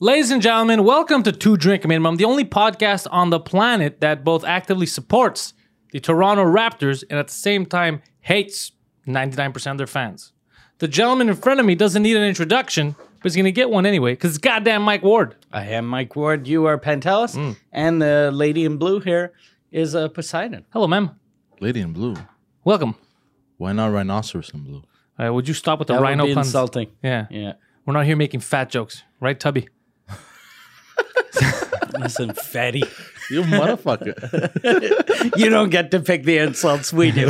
Ladies and gentlemen, welcome to Two Drink Minimum, the only podcast on the planet that both actively supports the Toronto Raptors and at the same time hates 99% of their fans. The gentleman in front of me doesn't need an introduction, but he's going to get one anyway because it's goddamn Mike Ward. I am Mike Ward. You are Pantelis, Mm. and the lady in blue here is uh, Poseidon. Hello, ma'am. Lady in blue. Welcome. Why not rhinoceros in blue? Uh, would you stop with the That rhino would be puns? insulting. Yeah. Yeah, We're not here making fat jokes, right, Tubby? listen, fatty, You motherfucker. you don't get to pick the insults we do.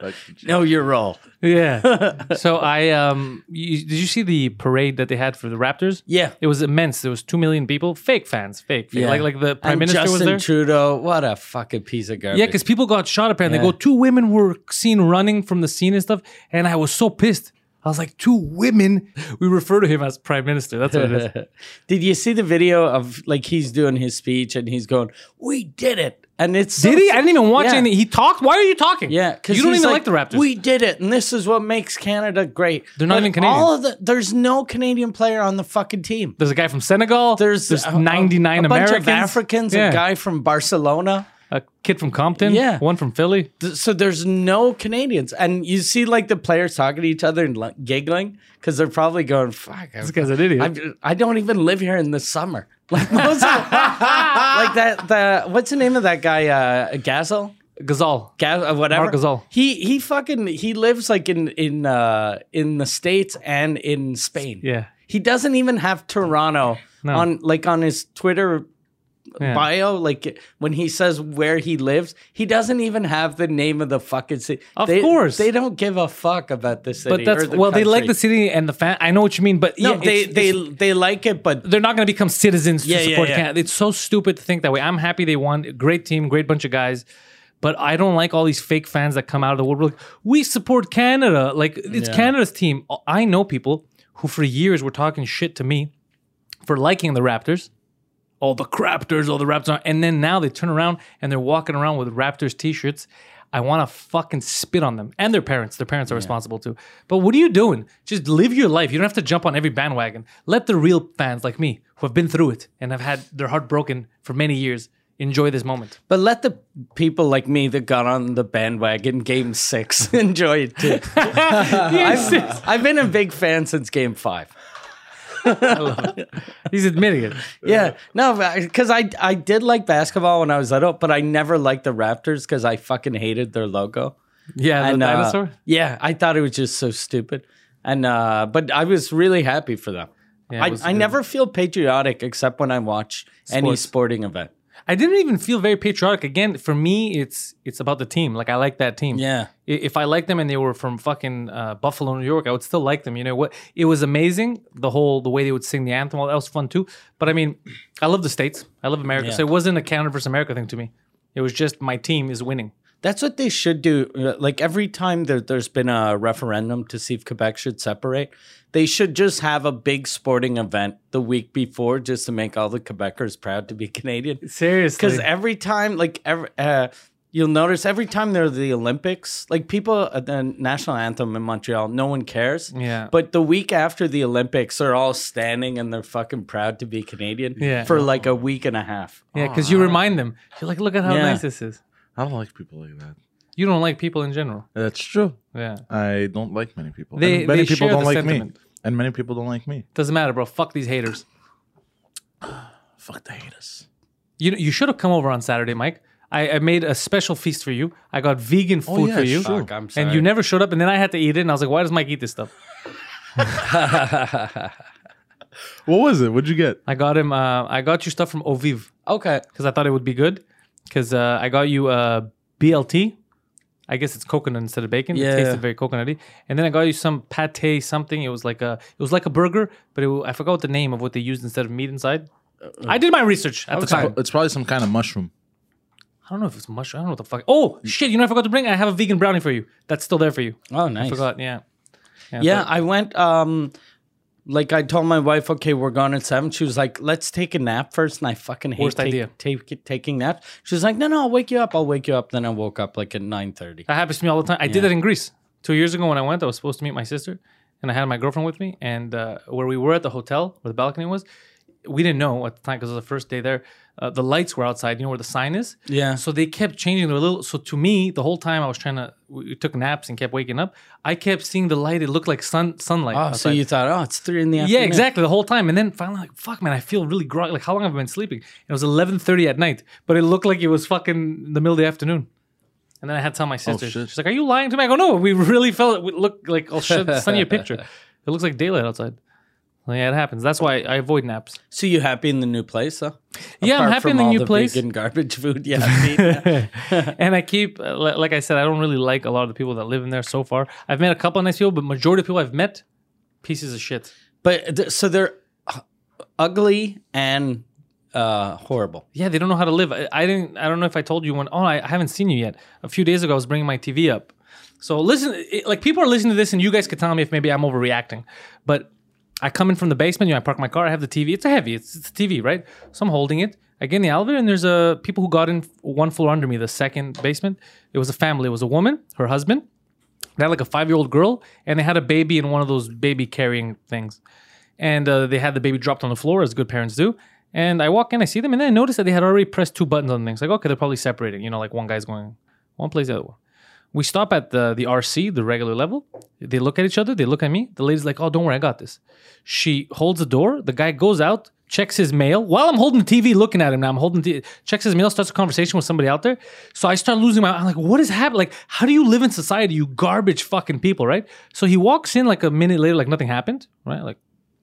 Like, know your role. Yeah. so I um you, did you see the parade that they had for the Raptors? Yeah. It was immense. There was 2 million people, fake fans, fake. fake. Yeah. Like like the prime and minister Justin was there. Trudeau, what a fucking piece of garbage. Yeah, because people got shot apparently. Yeah. They go, two women were seen running from the scene and stuff. And I was so pissed. I was like, two women? We refer to him as prime minister. That's what it is. Did you see the video of like he's doing his speech and he's going, "We did it," and it's so Did he? I didn't even watch Yeah. anything. He talked. Why are you talking? Yeah, because you don't even like, the Raptors. We did it, and this is what makes Canada great. They're not But even Canadian. All of the, there's no Canadian player on the fucking team. there's a guy from Senegal. There's, a- a- 99 a bunch Americans. of Africans, Yeah. a guy from Barcelona. a kid from Compton. Yeah. One from Philly. Th- So there's no Canadians, and you see like the players talking to each other and like, giggling because they're probably going, "Fuck, I'm, This guy's an idiot. I'm, ju- I don't even live here in the summer." Like most of, like that. The what's the name of that guy? Uh, Gasol. Gazal. Gas, uh, whatever. Marc Gasol. He he fucking he lives like in in uh in the states and in Spain. Yeah. He doesn't even have Toronto No. on like on his Twitter Yeah. bio. Like when he says where he lives, he doesn't even have the name of the fucking city. Of They- course. they don't give a fuck about the city. But that's or the well, they like the country. city and the fan. I know what you mean, but No, yeah, they it's- they it's- they like it, but they're not going to become citizens to Yeah, yeah, support yeah. Canada. It's so stupid to think that way. I'm happy they won. Great team, great bunch of guys. But I don't like all these fake fans that come out of the woodwork. We support Canada. Like it's Canada's team. I know people who for years were talking shit to me for liking the Raptors. All the Raptors, all the Raptors are, and then now they turn around and they're walking around with Raptors t-shirts. I want to fucking spit on them and their parents. Their parents are responsible too. But what are you doing? Just live your life. You don't have to jump on every bandwagon. Let the real fans like me, who have been through it and have had their heart broken for many years, enjoy this moment. but let the people like me that got on the bandwagon game six enjoy it too. Yes. I've been a big fan since game five. He's admitting it. Yeah, no, because I I did like basketball when I was little, but I never liked the Raptors because I fucking hated their logo. Yeah, the uh, dinosaur. yeah, I thought it was just so stupid, and uh, but I was really happy for them. Yeah, it was I, I good. never feel patriotic except when I watch any Sports. sporting event. I didn't even feel very patriotic. Again, for me, it's it's about the team. Like I like that team. Yeah. I- If I liked them and they were from fucking uh, Buffalo, New York, I would still like them. You know what? It was amazing the whole the way they would sing the anthem. All that was fun too. But I mean, I love the states. I love America. So it wasn't a Canada versus America thing to me. It was just my team is winning. That's what they should do. Uh, Like every time there, there's been a referendum to see if Quebec should separate, they should just have a big sporting event the week before just to make all the Quebecers proud to be Canadian. Seriously, because every time like every uh, you'll notice every time there are the olympics like people at the national anthem in montreal no one cares Yeah. but the week after the olympics they're all standing and they're fucking proud to be canadian Yeah. for like a week and a half yeah, because you remind them. You're like, look at how Yeah. nice this is. I don't like people like that. You don't like people in general. That's true. Yeah, I don't like many people. They- and many they people share don't the like sentiment. me. And many people don't like me. doesn't matter, bro. Fuck these haters. Fuck the haters. You you should have come over on Saturday, Mike. I, I made a special feast for you. I got vegan food yeah, for you. sure. Fuck, I'm And sorry. you never showed up, and then I had to eat it, and I was like, "Why does Mike eat this stuff?" What was it? What'd you get? I got him. Uh, I got you stuff from Oviv okay because I thought it would be good. Because uh, I got you uh, BLT. I guess it's coconut instead of bacon. It Yeah. tasted very coconutty. And then I got you some pate something. It was like a it was like a burger, but it, wa- I forgot what the name of what they used instead of meat inside. Uh, I did my research at the It's, time. pro- it's probably some kind of mushroom. I don't know if it's mushroom. I don't know what the fuck. Oh shit! You know what I forgot to bring. I have a vegan brownie for you. That's still there for you. oh nice Forgot. Yeah. yeah i went um like I told my wife, okay, we're gone at seven. She was like, "Let's take a nap first. and I fucking hate Worst take- idea. take- taking naps. She was like, "No, no, I'll wake you up. I'll wake you up." Then I woke up like at nine thirty. That happens to me all the time. I did that in Greece two years ago when I went. I was supposed to meet my sister, and I had my girlfriend with me, and uh, where we were at the hotel, where the balcony was, we didn't know at the time because it was the first day there. Uh, the lights were outside, you know where the sign is. Yeah. So they kept changing their little. So to me, the whole time I was trying to, we we took naps and kept waking up. I kept seeing the light. It looked like sun sunlight. Oh, so outside. you thought, oh, it's three in the afternoon. Yeah, exactly. The whole time, and then finally, like, fuck, man, I feel really groggy. Like, how long have I been sleeping? it was eleven thirty at night, but it looked like it was fucking the middle of the afternoon. And then I had to tell my sister. shit. She's like, "Are you lying to me?" I go, "No, we really felt it. We look like I'll show, send you a picture. It looks like daylight outside." Well, yeah, it happens. That's why I avoid naps. So you happy in the new place, though? Yeah, I'm Apart happy in from the all new place. Vegan garbage food. Yeah. I mean, yeah. and I keep, uh, li- like I said, I don't really like a lot of the people that live in there so far. I've met a couple of nice people, but majority of people I've met, pieces of shit. but th- so they're uh, ugly and uh, horrible. Yeah, they don't know how to live. I, I didn't. I don't know if I told you when. Oh, I, I haven't seen you yet. A few days ago, I was bringing my TV up. So listen, it, like people are listening to this, and you guys could tell me if maybe I'm overreacting. But I come in from the basement. You know, I park my car. I have the TV. It's a heavy. It's, it's a TV, right? So I'm holding it. I get in the elevator, and there's a people who got in one floor under me, the second basement. It was a family. It was a woman, her husband. They had like a five year old girl, and they had a baby in one of those baby carrying things and uh, they had the baby dropped on the floor as good parents do. And I walk in, I see them, and then I notice that they had already pressed two buttons on things. Like, okay, they're probably separating. You know, like one guy's going one place, the other one. We stop at the the RC, the regular level. They look at each other. They look at me. The lady's like, "Oh, don't worry, I got this." She holds the door. The guy goes out, checks his mail. While I'm holding the TV, looking at him now, I'm holding the checks his mail, starts a conversation with somebody out there. So I start losing my. I'm like, "What is happening? Like, how do you live in society, you garbage fucking people, right?" So he walks in like a minute later, like nothing happened, right? Like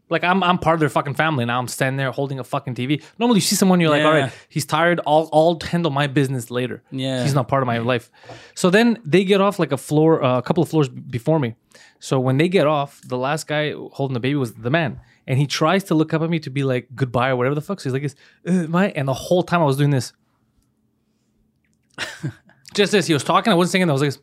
like I'm I'm part of their fucking family now. I'm standing there holding a fucking TV. Normally you see someone, you're like, Yeah. all right, he's tired. I'll I'll handle my business later. Yeah. he's not part of my life. So then they get off like a floor, uh, a couple of floors b- before me. So when they get off, the last guy holding the baby was the man, and he tries to look up at me to be like goodbye or whatever the fuck. So he's like, this, uh, my, and the whole time I was doing this, just this. He was talking. I wasn't singing. I was like, this.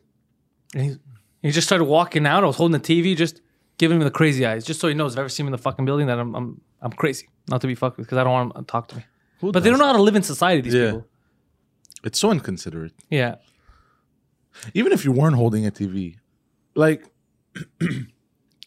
and he's he just started walking out. I was holding the TV, just giving him the crazy eyes, just so he knows if I ever see him in the fucking building that I'm I'm, I'm crazy, not to be fucked with, because I don't want him to talk to me. Who But they does don't know how to live in society. These Yeah. people. It's so inconsiderate. Yeah. Even if you weren't holding a TV, like,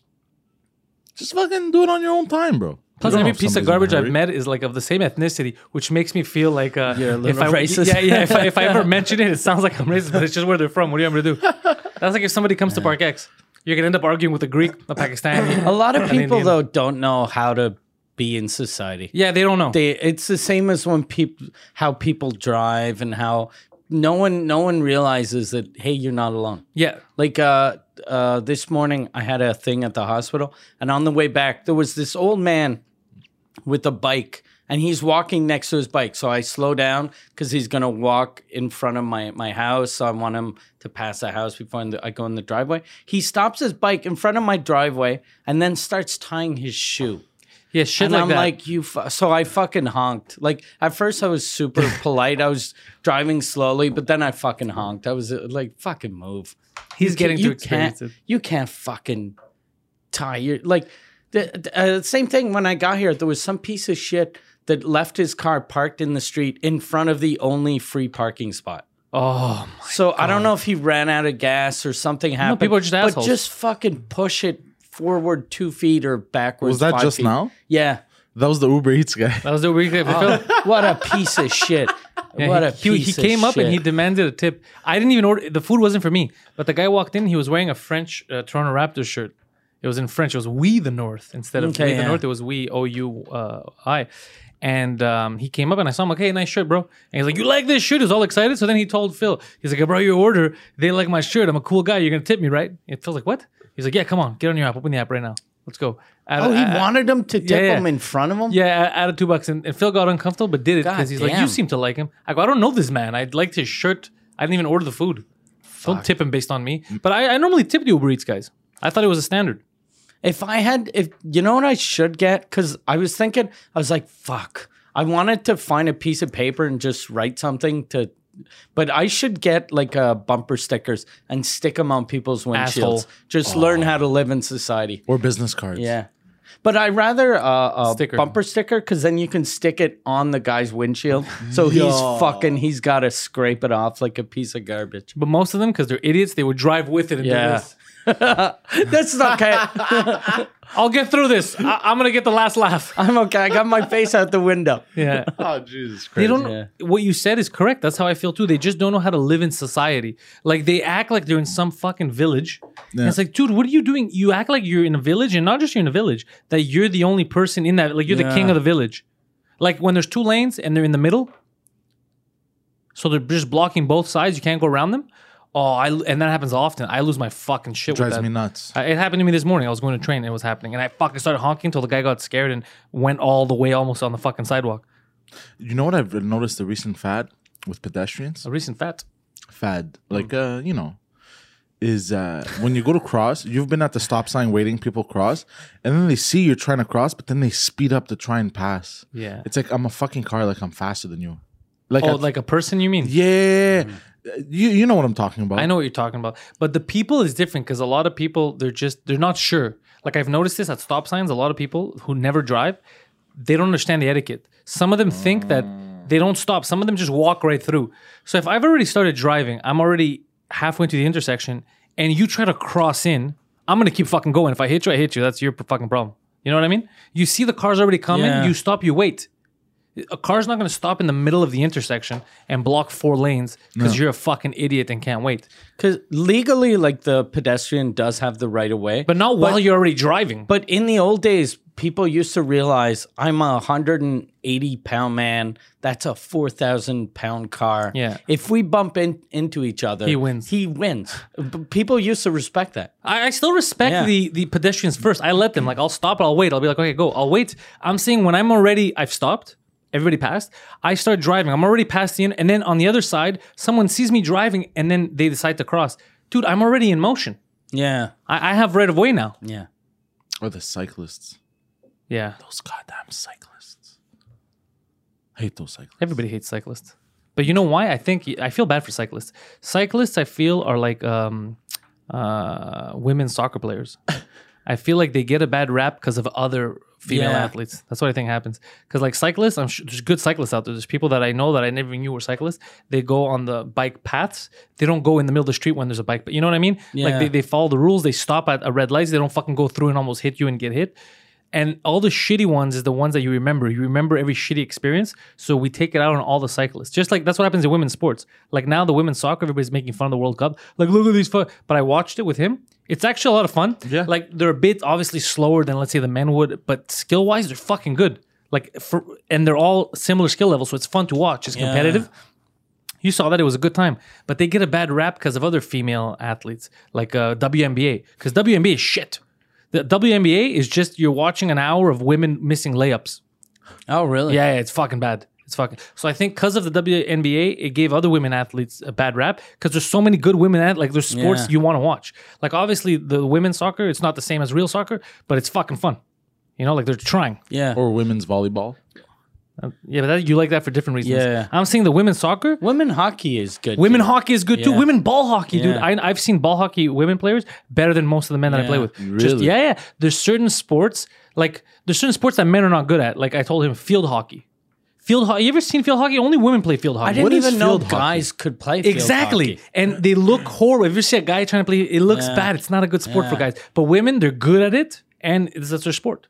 just fucking do it on your own time, bro. Plus, You don't every know if piece of somebody's in a garbage I've hurry. met is like of the same ethnicity, which makes me feel like uh, You're a if little I racist. yeah yeah if I, if I ever mention it, it sounds like I'm racist, but it's just where they're from. What do you want me to do? That's like if somebody comes to Park X, you're gonna end up arguing with a Greek, a Pakistani, A lot of Indian. people, though, don't know how to be in society. Yeah, they don't know. they it's the same as when people how people drive and how no one no one realizes that hey you're not alone yeah, like uh uh this morning i had a thing at the hospital and on the way back there was this old man with a bike and he's walking next to his bike so i slow down because he's going to walk in front of my, my house so i want him to pass the house before in the- i go in the driveway he stops his bike in front of my driveway and then starts tying his shoe yeah, shit and like I'm that. like, you. Fu-. So I fucking honked. Like at first, I was super polite. I was driving slowly, but then I fucking honked. I was uh, like, fucking move. He's You ca- getting to you experience can't, it. You can't fucking tie your like. The the, uh, same thing when I got here. There was some piece of shit that left his car parked in the street in front of the only free parking spot. Oh So I don't know if he ran out of gas or something happened. people are just but assholes. just fucking push it forward two feet or backwards. Was that five just feet. now? Yeah. That was the Uber Eats guy. That was the week. Oh, what a piece of shit. what a he, he, piece he of came up and he shit. demanded a tip. I didn't even order. The food wasn't for me, but the guy walked in. He was wearing a French uh, Toronto Raptors shirt. It was in French. It was "We the North" instead of Okay, "We the yeah. North." It was "We O U uh, I." And um, he came up and I saw him like, "Hey, nice shirt, bro." And he's like, "You like this shirt?" He was all excited. So then he told Phil, "He's like, I brought your order. They like my shirt. I'm a cool guy. You're gonna tip me, right?" And Phil's like, "What?" He's like, "Yeah, come on, get on your app. Open the app right now. Let's go." Add- Oh, he add- wanted him to tip yeah. him in front of him? Yeah, I added two bucks, and, and Phil got uncomfortable, but did it God because he's like, "You damn. seem to like him." I go, "I don't know this man. I liked his shirt. I didn't even order the food. Don't tip him based on me." But I, I normally tip the Uber Eats guys. I thought it was a standard. If I had, if you know what I should get? Because I was thinking, I was like, fuck. I wanted to find a piece of paper and just write something to, but I should get like uh, bumper stickers and stick them on people's windshields. Asshole. Just learn how to live in society. Or business cards. Yeah. But I rather uh, a Sticker. bumper sticker because then you can stick it on the guy's windshield. So he's Yo. fucking. He's got to scrape it off like a piece of garbage. But most of them, because they're idiots, they would drive with it. And do Yeah. this. That's not okay. I'll get through this. I- I'm gonna get the last laugh. I'm okay. I got my face out the window. Yeah. Oh Jesus Christ! They don't. Yeah. What you said is correct. That's how I feel too. They just don't know how to live in society. Like they act like they're in some fucking village. And it's like, dude, what are you doing? You act like you're in a village, and not just you're in a village. That you're the only person in that. Like you're the king Yeah. of the village. Like when there's two lanes and they're in the middle, so they're just blocking both sides. You can't go around them. Oh, I and that happens often. I lose my fucking shit. with drives that. me nuts. I- It happened to me this morning. I was going to train and it was happening. And I fucking started honking until the guy got scared and went all the way almost on the fucking sidewalk. You know what I've noticed? The recent fad with pedestrians. A recent fat. fad, like Hmm. uh, you know, is uh, when you go to cross, you've been at the stop sign waiting people cross, and then they see you're trying to cross, but then they speed up to try and pass. Yeah. It's like I'm a fucking car, like I'm faster than you. Like, Oh, I- like a person you mean? yeah, you you know what I'm talking about. I know what you're talking about. But the people is different because a lot of people, they're just, they're not sure. Like I've noticed this at stop signs, a lot of people who never drive, they don't understand the etiquette. Some of them think that they don't stop. Some of them just walk right through. So if I've already started driving, I'm already halfway to the intersection and you try to cross in, I'm going to keep fucking going. If I hit you, I hit you. That's your fucking problem. You know what I mean? You see the cars already coming, Yeah. you stop, you wait. A car's not going to stop in the middle of the intersection and block four lanes because you're a fucking idiot and can't wait. Because legally, like the pedestrian does have the right of way, But not while you're already driving. But in the old days, people used to realize I'm a 180 pound man. That's a 4,000 pound car. Yeah. If we bump in, into each other, He wins. He wins. B- people used to respect that. I, I still respect Yeah. the the pedestrians first. I let them. Like I'll stop. I'll wait. I'll be like, okay, go. I'll wait. I'm saying when I'm already, I've stopped. Everybody passed. I start driving. I'm already passing in, and then on the other side, someone sees me driving, and then they decide to cross. Dude, I'm already in motion. Yeah. I, I have right of way now. Yeah. Or the cyclists, Yeah, those goddamn cyclists. I hate those cyclists. everybody hates cyclists. But you know why? I think I feel bad for cyclists. Cyclists, I feel, are like um, uh, women soccer players. I feel like they get a bad rap because of other female Yeah. athletes. That's what I think happens. Because like cyclists, I'm sure there's good cyclists out there. There's people that I know that I never knew were cyclists. They go on the bike paths. They don't go in the middle of the street when there's a bike. But you know what I mean? Like Yeah. they, they follow the rules. They stop at a red lights. They don't fucking go through and almost hit you and get hit. And all the shitty ones is the ones that you remember. You remember every shitty experience. So we take it out on all the cyclists. Just like that's what happens in women's sports. Like now the women's soccer, everybody's making fun of the World Cup. Like look at these. Fu-. But I watched it with him. It's actually a lot of fun. Yeah. Like they're a bit obviously slower than let's say the men would, but skill wise they're fucking good. Like for and they're all similar skill levels, so it's fun to watch. It's competitive. You saw that it was a good time, but they get a bad rap because of other female athletes like uh, WNBA. Because WNBA is shit. The WNBA is just you're watching an hour of women missing layups. Oh, really? Yeah, yeah, it's fucking bad. It's fucking. So I think because of the WNBA, it gave other women athletes a bad rap because there's so many good women at like there's sports Yeah. you want to watch. Like obviously the women's soccer, it's not the same as real soccer, but it's fucking fun. You know, like they're trying. Yeah. Or women's volleyball. Yeah, but that, you like that for different reasons. Yeah. I'm seeing the women's soccer. Women hockey is good. Women too. hockey is good too. Yeah. Women ball hockey, dude. Yeah. I, I've seen ball hockey women players better than most of the men that I play Yeah. with. Just, Really? yeah, yeah. There's certain sports like there's certain sports that men are not good at. Like I told him, field hockey. Field hockey. You ever seen field hockey? Only women play field hockey. I didn't What is even know field hockey? guys could play field Exactly. hockey. And they look horrible. If you see a guy trying to play, it looks Yeah. bad. It's not a good sport for Yeah. guys. But women, they're good at it, and it's, that's their sport.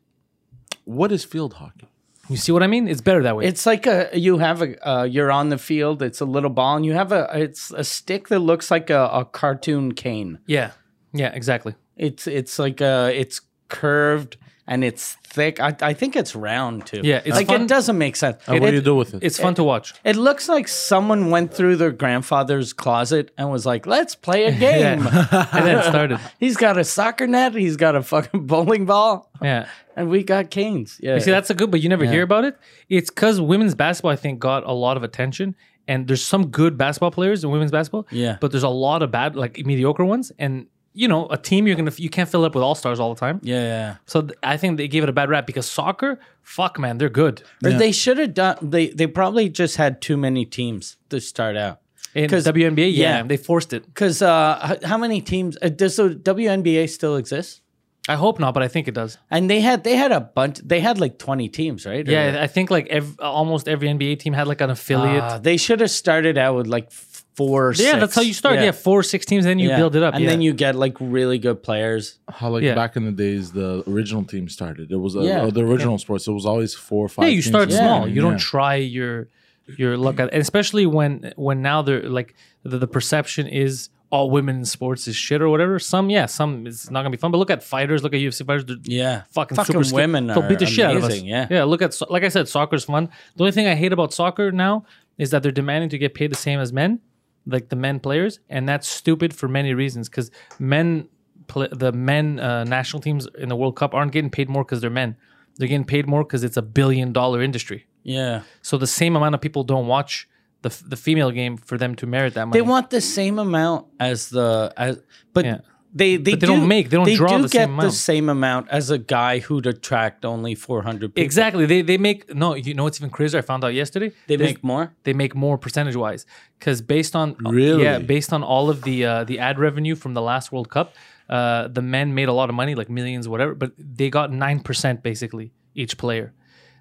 What is field hockey? You see what I mean? It's better that way. It's like a you have a uh, you're on the field. It's a little ball, and you have a it's a stick that looks like a, a cartoon cane. yeah. Yeah. Exactly. It's it's like uh it's curved and it's thick. I, I think it's round too. Yeah, it's like fun- Oh, it doesn't make sense. And It, what do you do with it? It's Eh. fun to watch. looks like someone went through their grandfather's closet and was like, "Let's play a game." And then it started. he's got a soccer net. He's got a fucking bowling ball, Yeah. and we got canes. Yeah, You see, that's a good, but you never hear about it. It's because women's basketball, I think, got a lot of attention. And there's some good basketball players in women's basketball. Yeah. But there's a lot of bad, like mediocre ones. And you know, a team you're gonna you can't fill up with all stars all the time. yeah. yeah. So th- I think they gave it a bad rap because soccer, fuck man, they're good. Or they should have done. They they probably just had too many teams to start out. In 'Cause- WNBA, yeah, yeah. they forced it. Because uh, h- how many teams? Uh, does the WNBA still exist? I hope not, but I think it does. And they had they had a bunch. They had like twenty teams, right? Or- Yeah, I think like ev- almost every NBA team had like an affiliate. Ah, they should have started out with like four. Or yeah, that's how you start. Yeah, four, six teams, then you build it up. and yeah. then you get like really good players. How like Yeah. back in the days, the original team started. It was uh, Yeah. the original sports. It was always four or five. yeah, you teams start in the small. beginning, You don't yeah. try your your luck at, and especially when when now they're like the, the perception is all women in sports is shit or whatever. Some yeah, some it's not gonna be fun. But look at fighters. Look at UFC fighters. They're Yeah, fucking, Fucking super skilled. women They'll are beat the shit out of us. amazing, yeah. yeah. Look at so- like I said, soccer's fun. The only thing I hate about soccer now is that they're demanding to get paid the same as men, like the men players, and that's stupid for many reasons. Because men, pla the men uh, national teams in the World Cup aren't getting paid more because they're men. They're getting paid more because it's a billion dollar industry. yeah. So the same amount of people don't watch the f- the female game for them to merit that money. They want the same amount as the as, but Yeah. they they, But they do, don't make- they don't draw do the get same the amount. same amount as a guy who'd attract only four hundred people. exactly. They they make no. You know what's even crazier? I found out yesterday. They There's- make more. they make more percentage wise because based on Really? yeah based on all of the uh, the ad revenue from the last World Cup, uh, the men made a lot of money like millions whatever, but they got nine percent basically each player.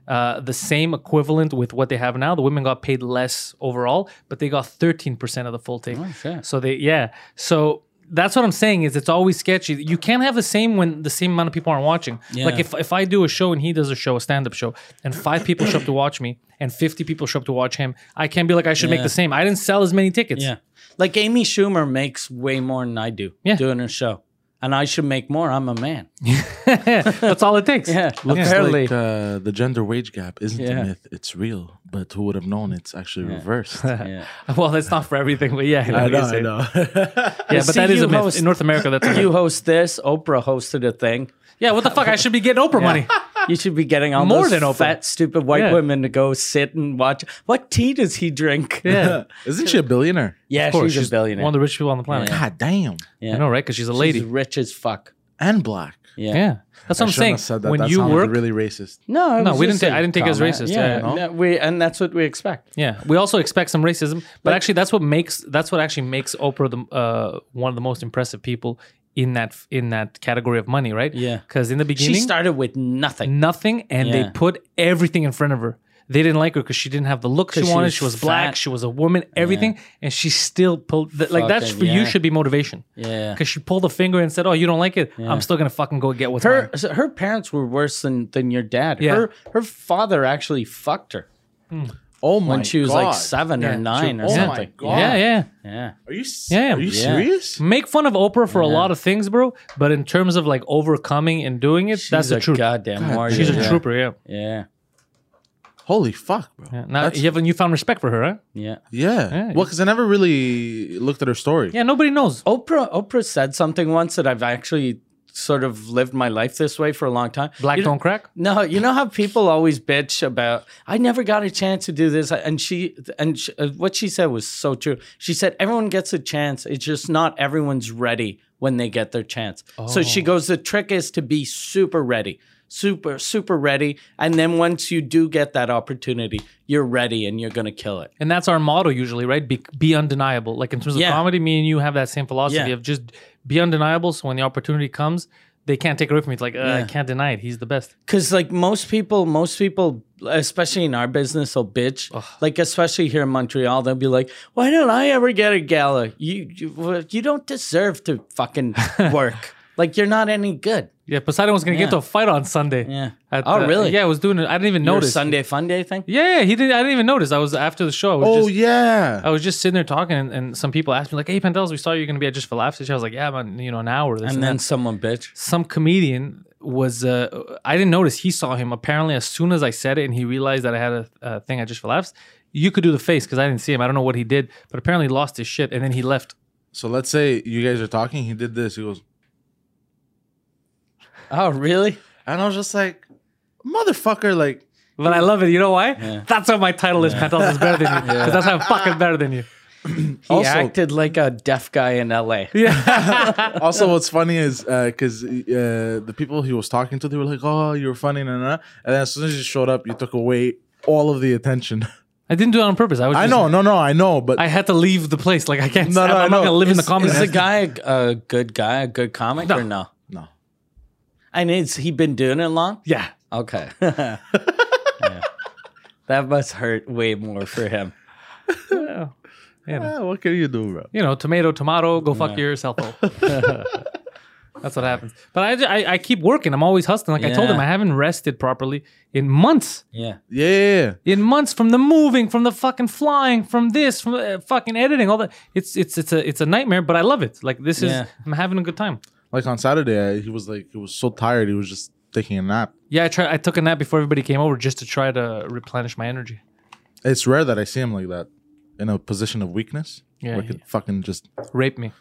Uh, the same equivalent with what they have now. The women got paid less overall, but they got thirteen percent of the full take. shit. So they yeah. So that's what I'm saying is it's always sketchy. You can't have the same when the same amount of people aren't watching. Like if if I do a show and he does a show, a stand up show, and five people show up to watch me and fifty people show up to watch him, I can't be like I should make the same. I didn't sell as many tickets. Yeah, like Amy Schumer makes way more than I do Yeah. doing her show, and I should make more. I'm a man. that's all it takes. Yeah, Looks apparently. like uh, the gender wage gap isn't Yeah. a myth; it's real. But who would have known? It's actually reversed. yeah. Well, that's not for everything, but yeah, I like you know, say. I know. Yeah, but See, that is you a myth host- in North America. That's a myth. You host this. Oprah hosted a thing. yeah. What the fuck? I should be getting Oprah money. You should be getting all More those than Oprah. fat, stupid white Yeah. women to go sit and watch. What tea does he drink? Yeah, Isn't she a billionaire? Yeah, of course. she's, a billionaire. One of the richest people on the planet. God damn, yeah. I know, right? Because she's a She's lady. rich as fuck. and black. Yeah. Yeah, that's what I I'm shouldn't saying. have said that. When That you sounded work, really racist. No, it No, was we just didn't ta- a I didn't take it as comment. racist, Yeah, yeah, no. that- we and that's what we expect. Yeah, we also expect some racism, but actually, that's what makes that's what actually makes Oprah the uh, one of the most impressive people in that in that category of money, right? Yeah. because in the She beginning, started with nothing. nothing, and Yeah. they put everything in front of her. They didn't like her because she didn't have the look she 'Cause she wanted. was She was, black. fat. She was a woman. Everything, and she still pulled. The, like that's Fucking for yeah. you should be motivation. Yeah. because she pulled a finger and said, "Oh, you don't like it? I'm still gonna fucking go get what's Her her." so her parents were worse than than your dad. Yeah. Her her father actually fucked her Oh my when she was God. like seven Yeah. or nine or oh my something. God. Yeah, yeah. Yeah. Are you? s- Yeah. Mm. Are you Yeah. serious? Make fun of Oprah for a lot of things, bro. But in terms of like overcoming and doing it, that's She's the a truth. goddamn warrior. She's yeah. a trooper, yeah. Yeah. Holy fuck, bro. Yeah, Now That's- you have a newfound respect for her, huh? Yeah. Yeah. Yeah. Well, because I never really looked at her story. Yeah, nobody knows. Oprah Oprah said something once that I've actually sort of lived my life this way for a long time. Black You know- don't crack. No, you know how people always bitch about I never got a chance to do this, and she and she, uh, what she said was so true. She said everyone gets a chance. It's just not everyone's ready when they get their chance. So she goes, the trick is to be super ready, super super ready, and then once you do get that opportunity, you're ready and you're gonna kill it. And that's our motto usually, right? Be, be undeniable. Like in terms of Yeah. comedy, me and you have that same philosophy Yeah. of just be undeniable. So when the opportunity comes, they can't take it away from me. It's like, uh, I can't deny it. He's the best. Cause like most people, most people, especially in our business, will bitch. Like especially here in Montreal, they'll be like, "Why don't I ever get a gala? You you, well, you don't deserve to fucking work. like you're not any good." Yeah, Poseidon was going to Yeah. get to a fight on Sunday. Yeah. At, uh, Oh, really? Yeah, I was doing it. I didn't even Your notice. Sunday fun day thing. Yeah, yeah, he didn't. I didn't even notice. I was after the show. I was Oh just, yeah. I was just sitting there talking, and, and some people asked me like, "Hey, Pandels, we saw you're going to be at Just for Laughs." this year." I was like, "Yeah, man, you know, an hour." This And and then that." someone bitch. some comedian was uh, I didn't notice he saw him. Apparently, as soon as I said it, and he realized that I had a, a thing I just laughs. You could do the face because I didn't see him. I don't know what he did, but apparently he lost his shit and then he left. So let's say you guys are talking. He did this. He goes, Oh, really? and I was just like, motherfucker, like. But I love it. You know why? That's why my title is Pantelis is better than you because that's how I'm fucking better than you. He Also- acted like a deaf guy in L.A. Also, what's funny is because uh, the people he was talking to, they were like, "Oh, you were funny," nah, nah. and then as soon as you showed up, you took away all of the attention. I didn't do it on purpose. I was. I just- know, no, no, I know, but I had to leave the place. Like I can't. No, no, I'm I not know. gonna live in the It's- comments. Is the guy a, a good guy, a good comic, No. or no? no, And is he been doing it long? Yeah. Okay. Yeah. That must hurt way more for him. Well, you, know, Yeah, what can you do, bro? you know, tomato, tomato, go fuck yourself. That's what happens. But I, ju- I, I keep working. I'm always hustling. Like I told Yeah. him, I haven't rested properly in months. Yeah. Yeah, yeah, yeah. in months from the moving, from the fucking flying, from this, from uh, fucking editing, all that. It's it's it's a it's a nightmare, but I love it. Like this Yeah. is I'm having a good time. Like on Saturday, I, he was like, he was so tired, he was just taking a nap. Yeah, I tried. I took a nap before everybody came over just to try to replenish my energy. It's rare that I see him like that, in a position of weakness. Yeah, where I he- could fucking just. Rape me,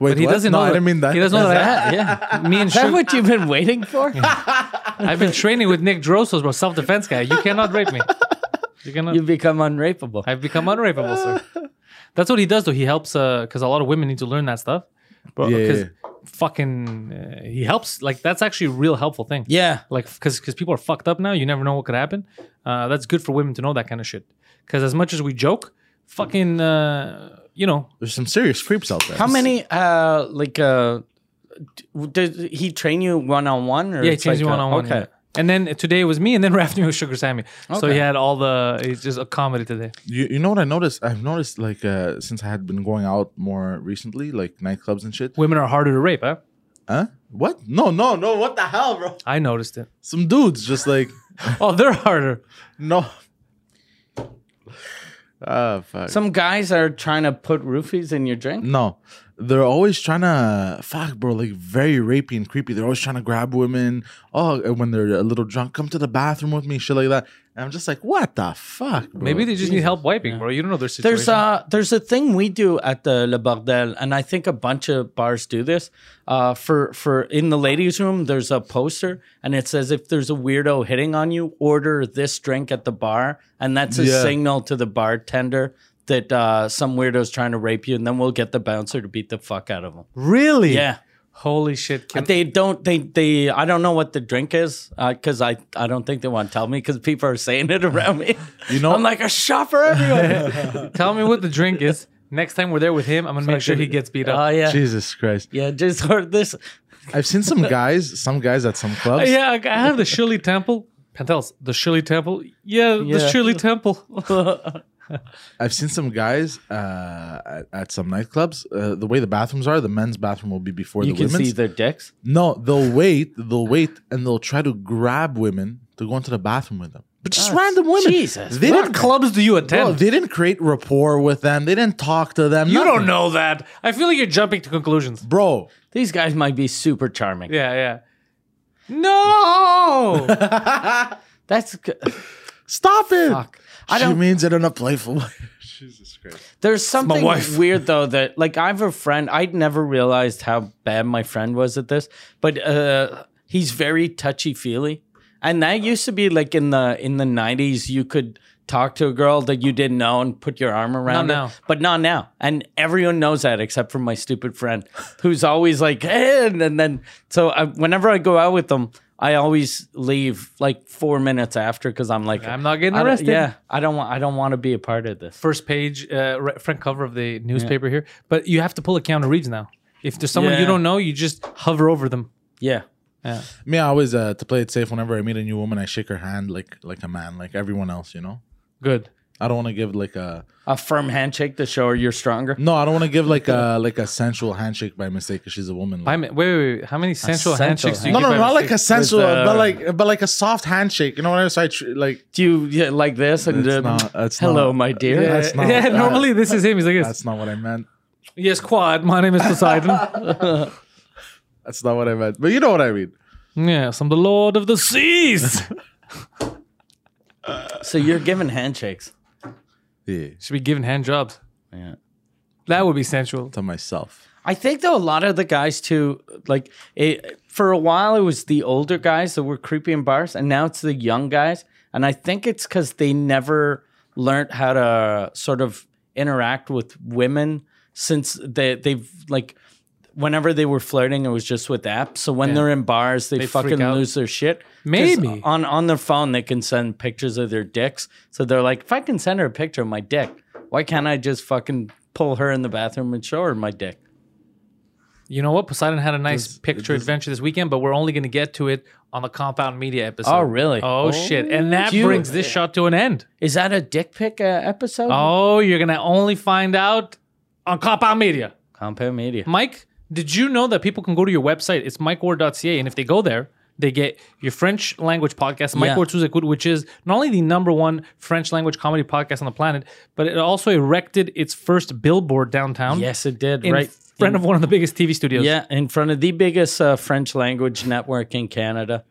Wait, but he what? doesn't no, know. I didn't mean that. He doesn't know that. Oh, Yeah. I, me and Is that Shug, what you've been waiting for? I've been training with Nick Drosos, bro. Self defense guy. You cannot rape me. You cannot. You've become unrapeable. I've become unrapeable, sir. That's what he does, though. He helps because a lot of women need to learn that stuff. Bro, Yeah, yeah, 'cause yeah. fucking, uh, he helps. Like that's actually a real helpful thing. Yeah. like because because people are fucked up now. You never know what could happen. Uh, that's good for women to know that kind of shit. Because as much as we joke, fucking, uh, you know, There's some serious creeps out there. How many uh like uh d- did he train you one on one or yeah, it's change you like one a- on one. Okay. And then today it was me, and then Raf knew it was Sugar Sammy. So Okay. he had all the. He's just a comedy today. You, you know what I noticed? I've noticed like uh since I had been going out more recently, like nightclubs and shit. Women are harder to rape, huh? Huh? What? No, no, no. What the hell, bro? I noticed it. Some dudes just like Oh, they're harder. no. Ah, fuck. Some guys are trying to put roofies in your drink. No, they're always trying to fuck, bro. Like very rapey and creepy. They're always trying to grab women. Oh, and when they're a little drunk, come to the bathroom with me, shit like that. And I'm just like, what the fuck, bro? Maybe they just need help wiping, bro. You don't know their situation. There's a there's a thing we do at the Le Bordel, and I think a bunch of bars do this. Uh, for for in the ladies' room, there's a poster, and it says if there's a weirdo hitting on you, order this drink at the bar, and that's a Yeah. signal to the bartender that uh, some weirdo's trying to rape you, and then we'll get the bouncer to beat the fuck out of him. really. Yeah. Holy shit. Can, They don't. They. They. I don't know what the drink is because I. I don't think they want to tell me because people are saying it around me. You know- I'm like a shot for everyone. tell me what the drink is. Next time we're there with him, I'm gonna make sure he gets beat oh up. yeah. Jesus Christ. Yeah. Just heard this. I've seen some guys, some guys at some clubs. yeah, I I have the Shirley Temple. Pentels, the Shirley Temple. Yeah, the Yeah. Shirley Temple. I've seen some guys uh, at, at some nightclubs. Uh, the way the bathrooms are, the men's bathroom will be before You the can see women's. their dicks. no, they'll wait, they'll wait, and they'll try to grab women to go into the bathroom with them. But just random women. Jesus, they what didn't, clubs do you bro, attend? they didn't create rapport with them. They didn't talk to them. you nothing. don't know that. I feel like you're jumping to conclusions. bro. These guys might be super charming. Yeah, yeah. No. That's. g- Stop it. Fuck. I she don't- means it in a playful way. There's something wife. weird though that like I have a friend. I'd never realized how bad my friend was at this, but uh, he's very touchy feely, and that used to be like in the in the '90s. You could talk to a girl that you didn't know and put your arm around Not her, now. but not now. And everyone knows that except for my stupid friend, who's always like, "Eh," and, and then so I, whenever I go out with them. I always leave like four minutes after because I'm like I'm not getting I don't- arrested. Yeah, I don't want I don't want to be a part of this. First page, uh, re- front cover of the newspaper here. But you have to pull a Keanu Reeves now. If there's someone you Yeah. don't know, you just hover over them. Yeah, Me, I always uh, to play it safe. Whenever I meet a new woman, I shake her hand like like a man, like everyone else. You know, Good. I don't want to give like a a firm handshake to show her you're stronger. no. I don't want to give like a like a sensual handshake by mistake because she's a woman. I mean, wait, wait, wait. How many sensual sensual handshakes do you no, give no, by not like mistake? a sensual, With, uh, but like but like a soft handshake. You know what I mean? So I tr- like Do you yeah, like this and It's uh, not- it's hello, not- my dear? yeah. That's not- yeah, that- normally this is him. He's like, yes, that's not what I meant. yes, quad. My name is Poseidon. That's not what I meant. But you know what I mean. yes, I'm the Lord of the Seas. So you're giving handshakes. Yeah, Should be given hand jobs. Yeah. That would be sensual. to myself. I think though a lot of the guys too, like it, for a while it was the older guys that were creepy in bars, and now it's the young guys. And I think it's because they never learned how to sort of interact with women since they they've like whenever they were flirting it was just with apps. So when they're in bars they, freak fucking out. lose their shit. 'Cause Maybe. on on their phone they can send pictures of their dicks. So they're like, if I can send her a picture of my dick, why can't I just fucking pull her in the bathroom and show her my dick? You know what? Poseidon had a nice Does- picture does- adventure this weekend, but we're only going to get to it on the Compound Media episode. Oh, really? Oh, shit! And that You- brings this shot to an end. Is that a dick pic uh, episode? Oh, you're gonna only find out on Compound Media. Compound Media. Mike, did you know that people can go to your website? It's mikeward.ca, and if they go there, they get your French language podcast, Mike Yeah. Ward Sous Écoute, which is not only the number one French language comedy podcast on the planet, but it also erected its first billboard downtown. Yes, it did. in right. front of one of the biggest TV studios. Yeah, in front of the biggest uh, French language network in Canada,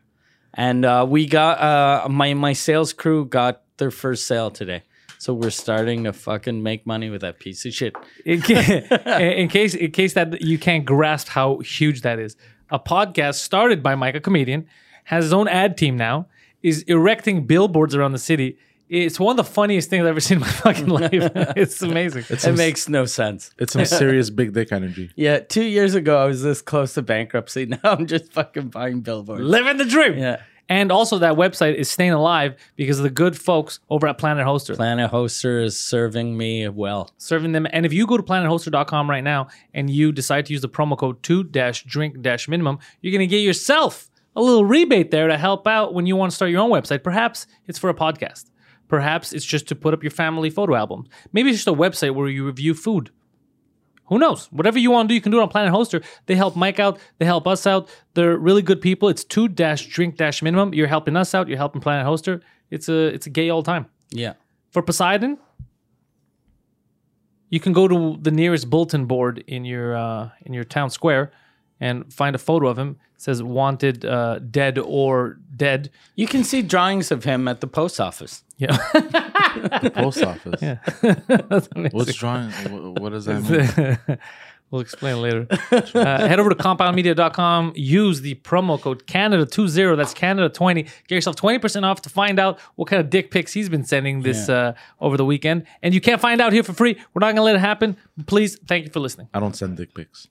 and uh, we got uh, my my sales crew got their first sale today, so we're starting to fucking make money with that piece of shit. in, ca- in case in case that you can't grasp how huge that is a podcast started by mike a comedian has his own ad team now is erecting billboards around the city it's one of the funniest things i've ever seen in my fucking life it's amazing it makes no sense. It's some serious big dick energy. Yeah, two years ago I was this close to bankruptcy. Now I'm just fucking buying billboards. living the dream Yeah. and also that website is staying alive because of the good folks over at planet hoster Planet Hoster is serving me well. serving them. And if you go to planethoster.com right now and you decide to use the promo code 2 drink minimum, you're going to get yourself a little rebate there to help out when you want to start your own website. Perhaps it's for a podcast. Perhaps it's just to put up your family photo albums. Maybe it's just a website where you review food. Who knows? Whatever you want to do, you can do it on Planet Hoster. They help Mike out. They help us out. They're really good people. It's two dash drink dash minimum. You're helping us out. You're helping Planet Hoster. It's a it's a gay all time Yeah. for Poseidon, you can go to the nearest bulletin board in your uh, in your town square and find a photo of him. It says wanted, uh, dead or dead. You can see drawings of him at the post office. Yeah, The post office. That's amazing. What's drawing? wh- What does that mean? we'll explain later. Uh, head over to compoundmedia.com. Use the promo code Canada20. That's Canada20. Get yourself 20% off to find out what kind of dick pics he's been sending this uh, over the weekend. And you can't find out here for free. We're not going to let it happen. Please, thank you for listening. I don't send dick pics.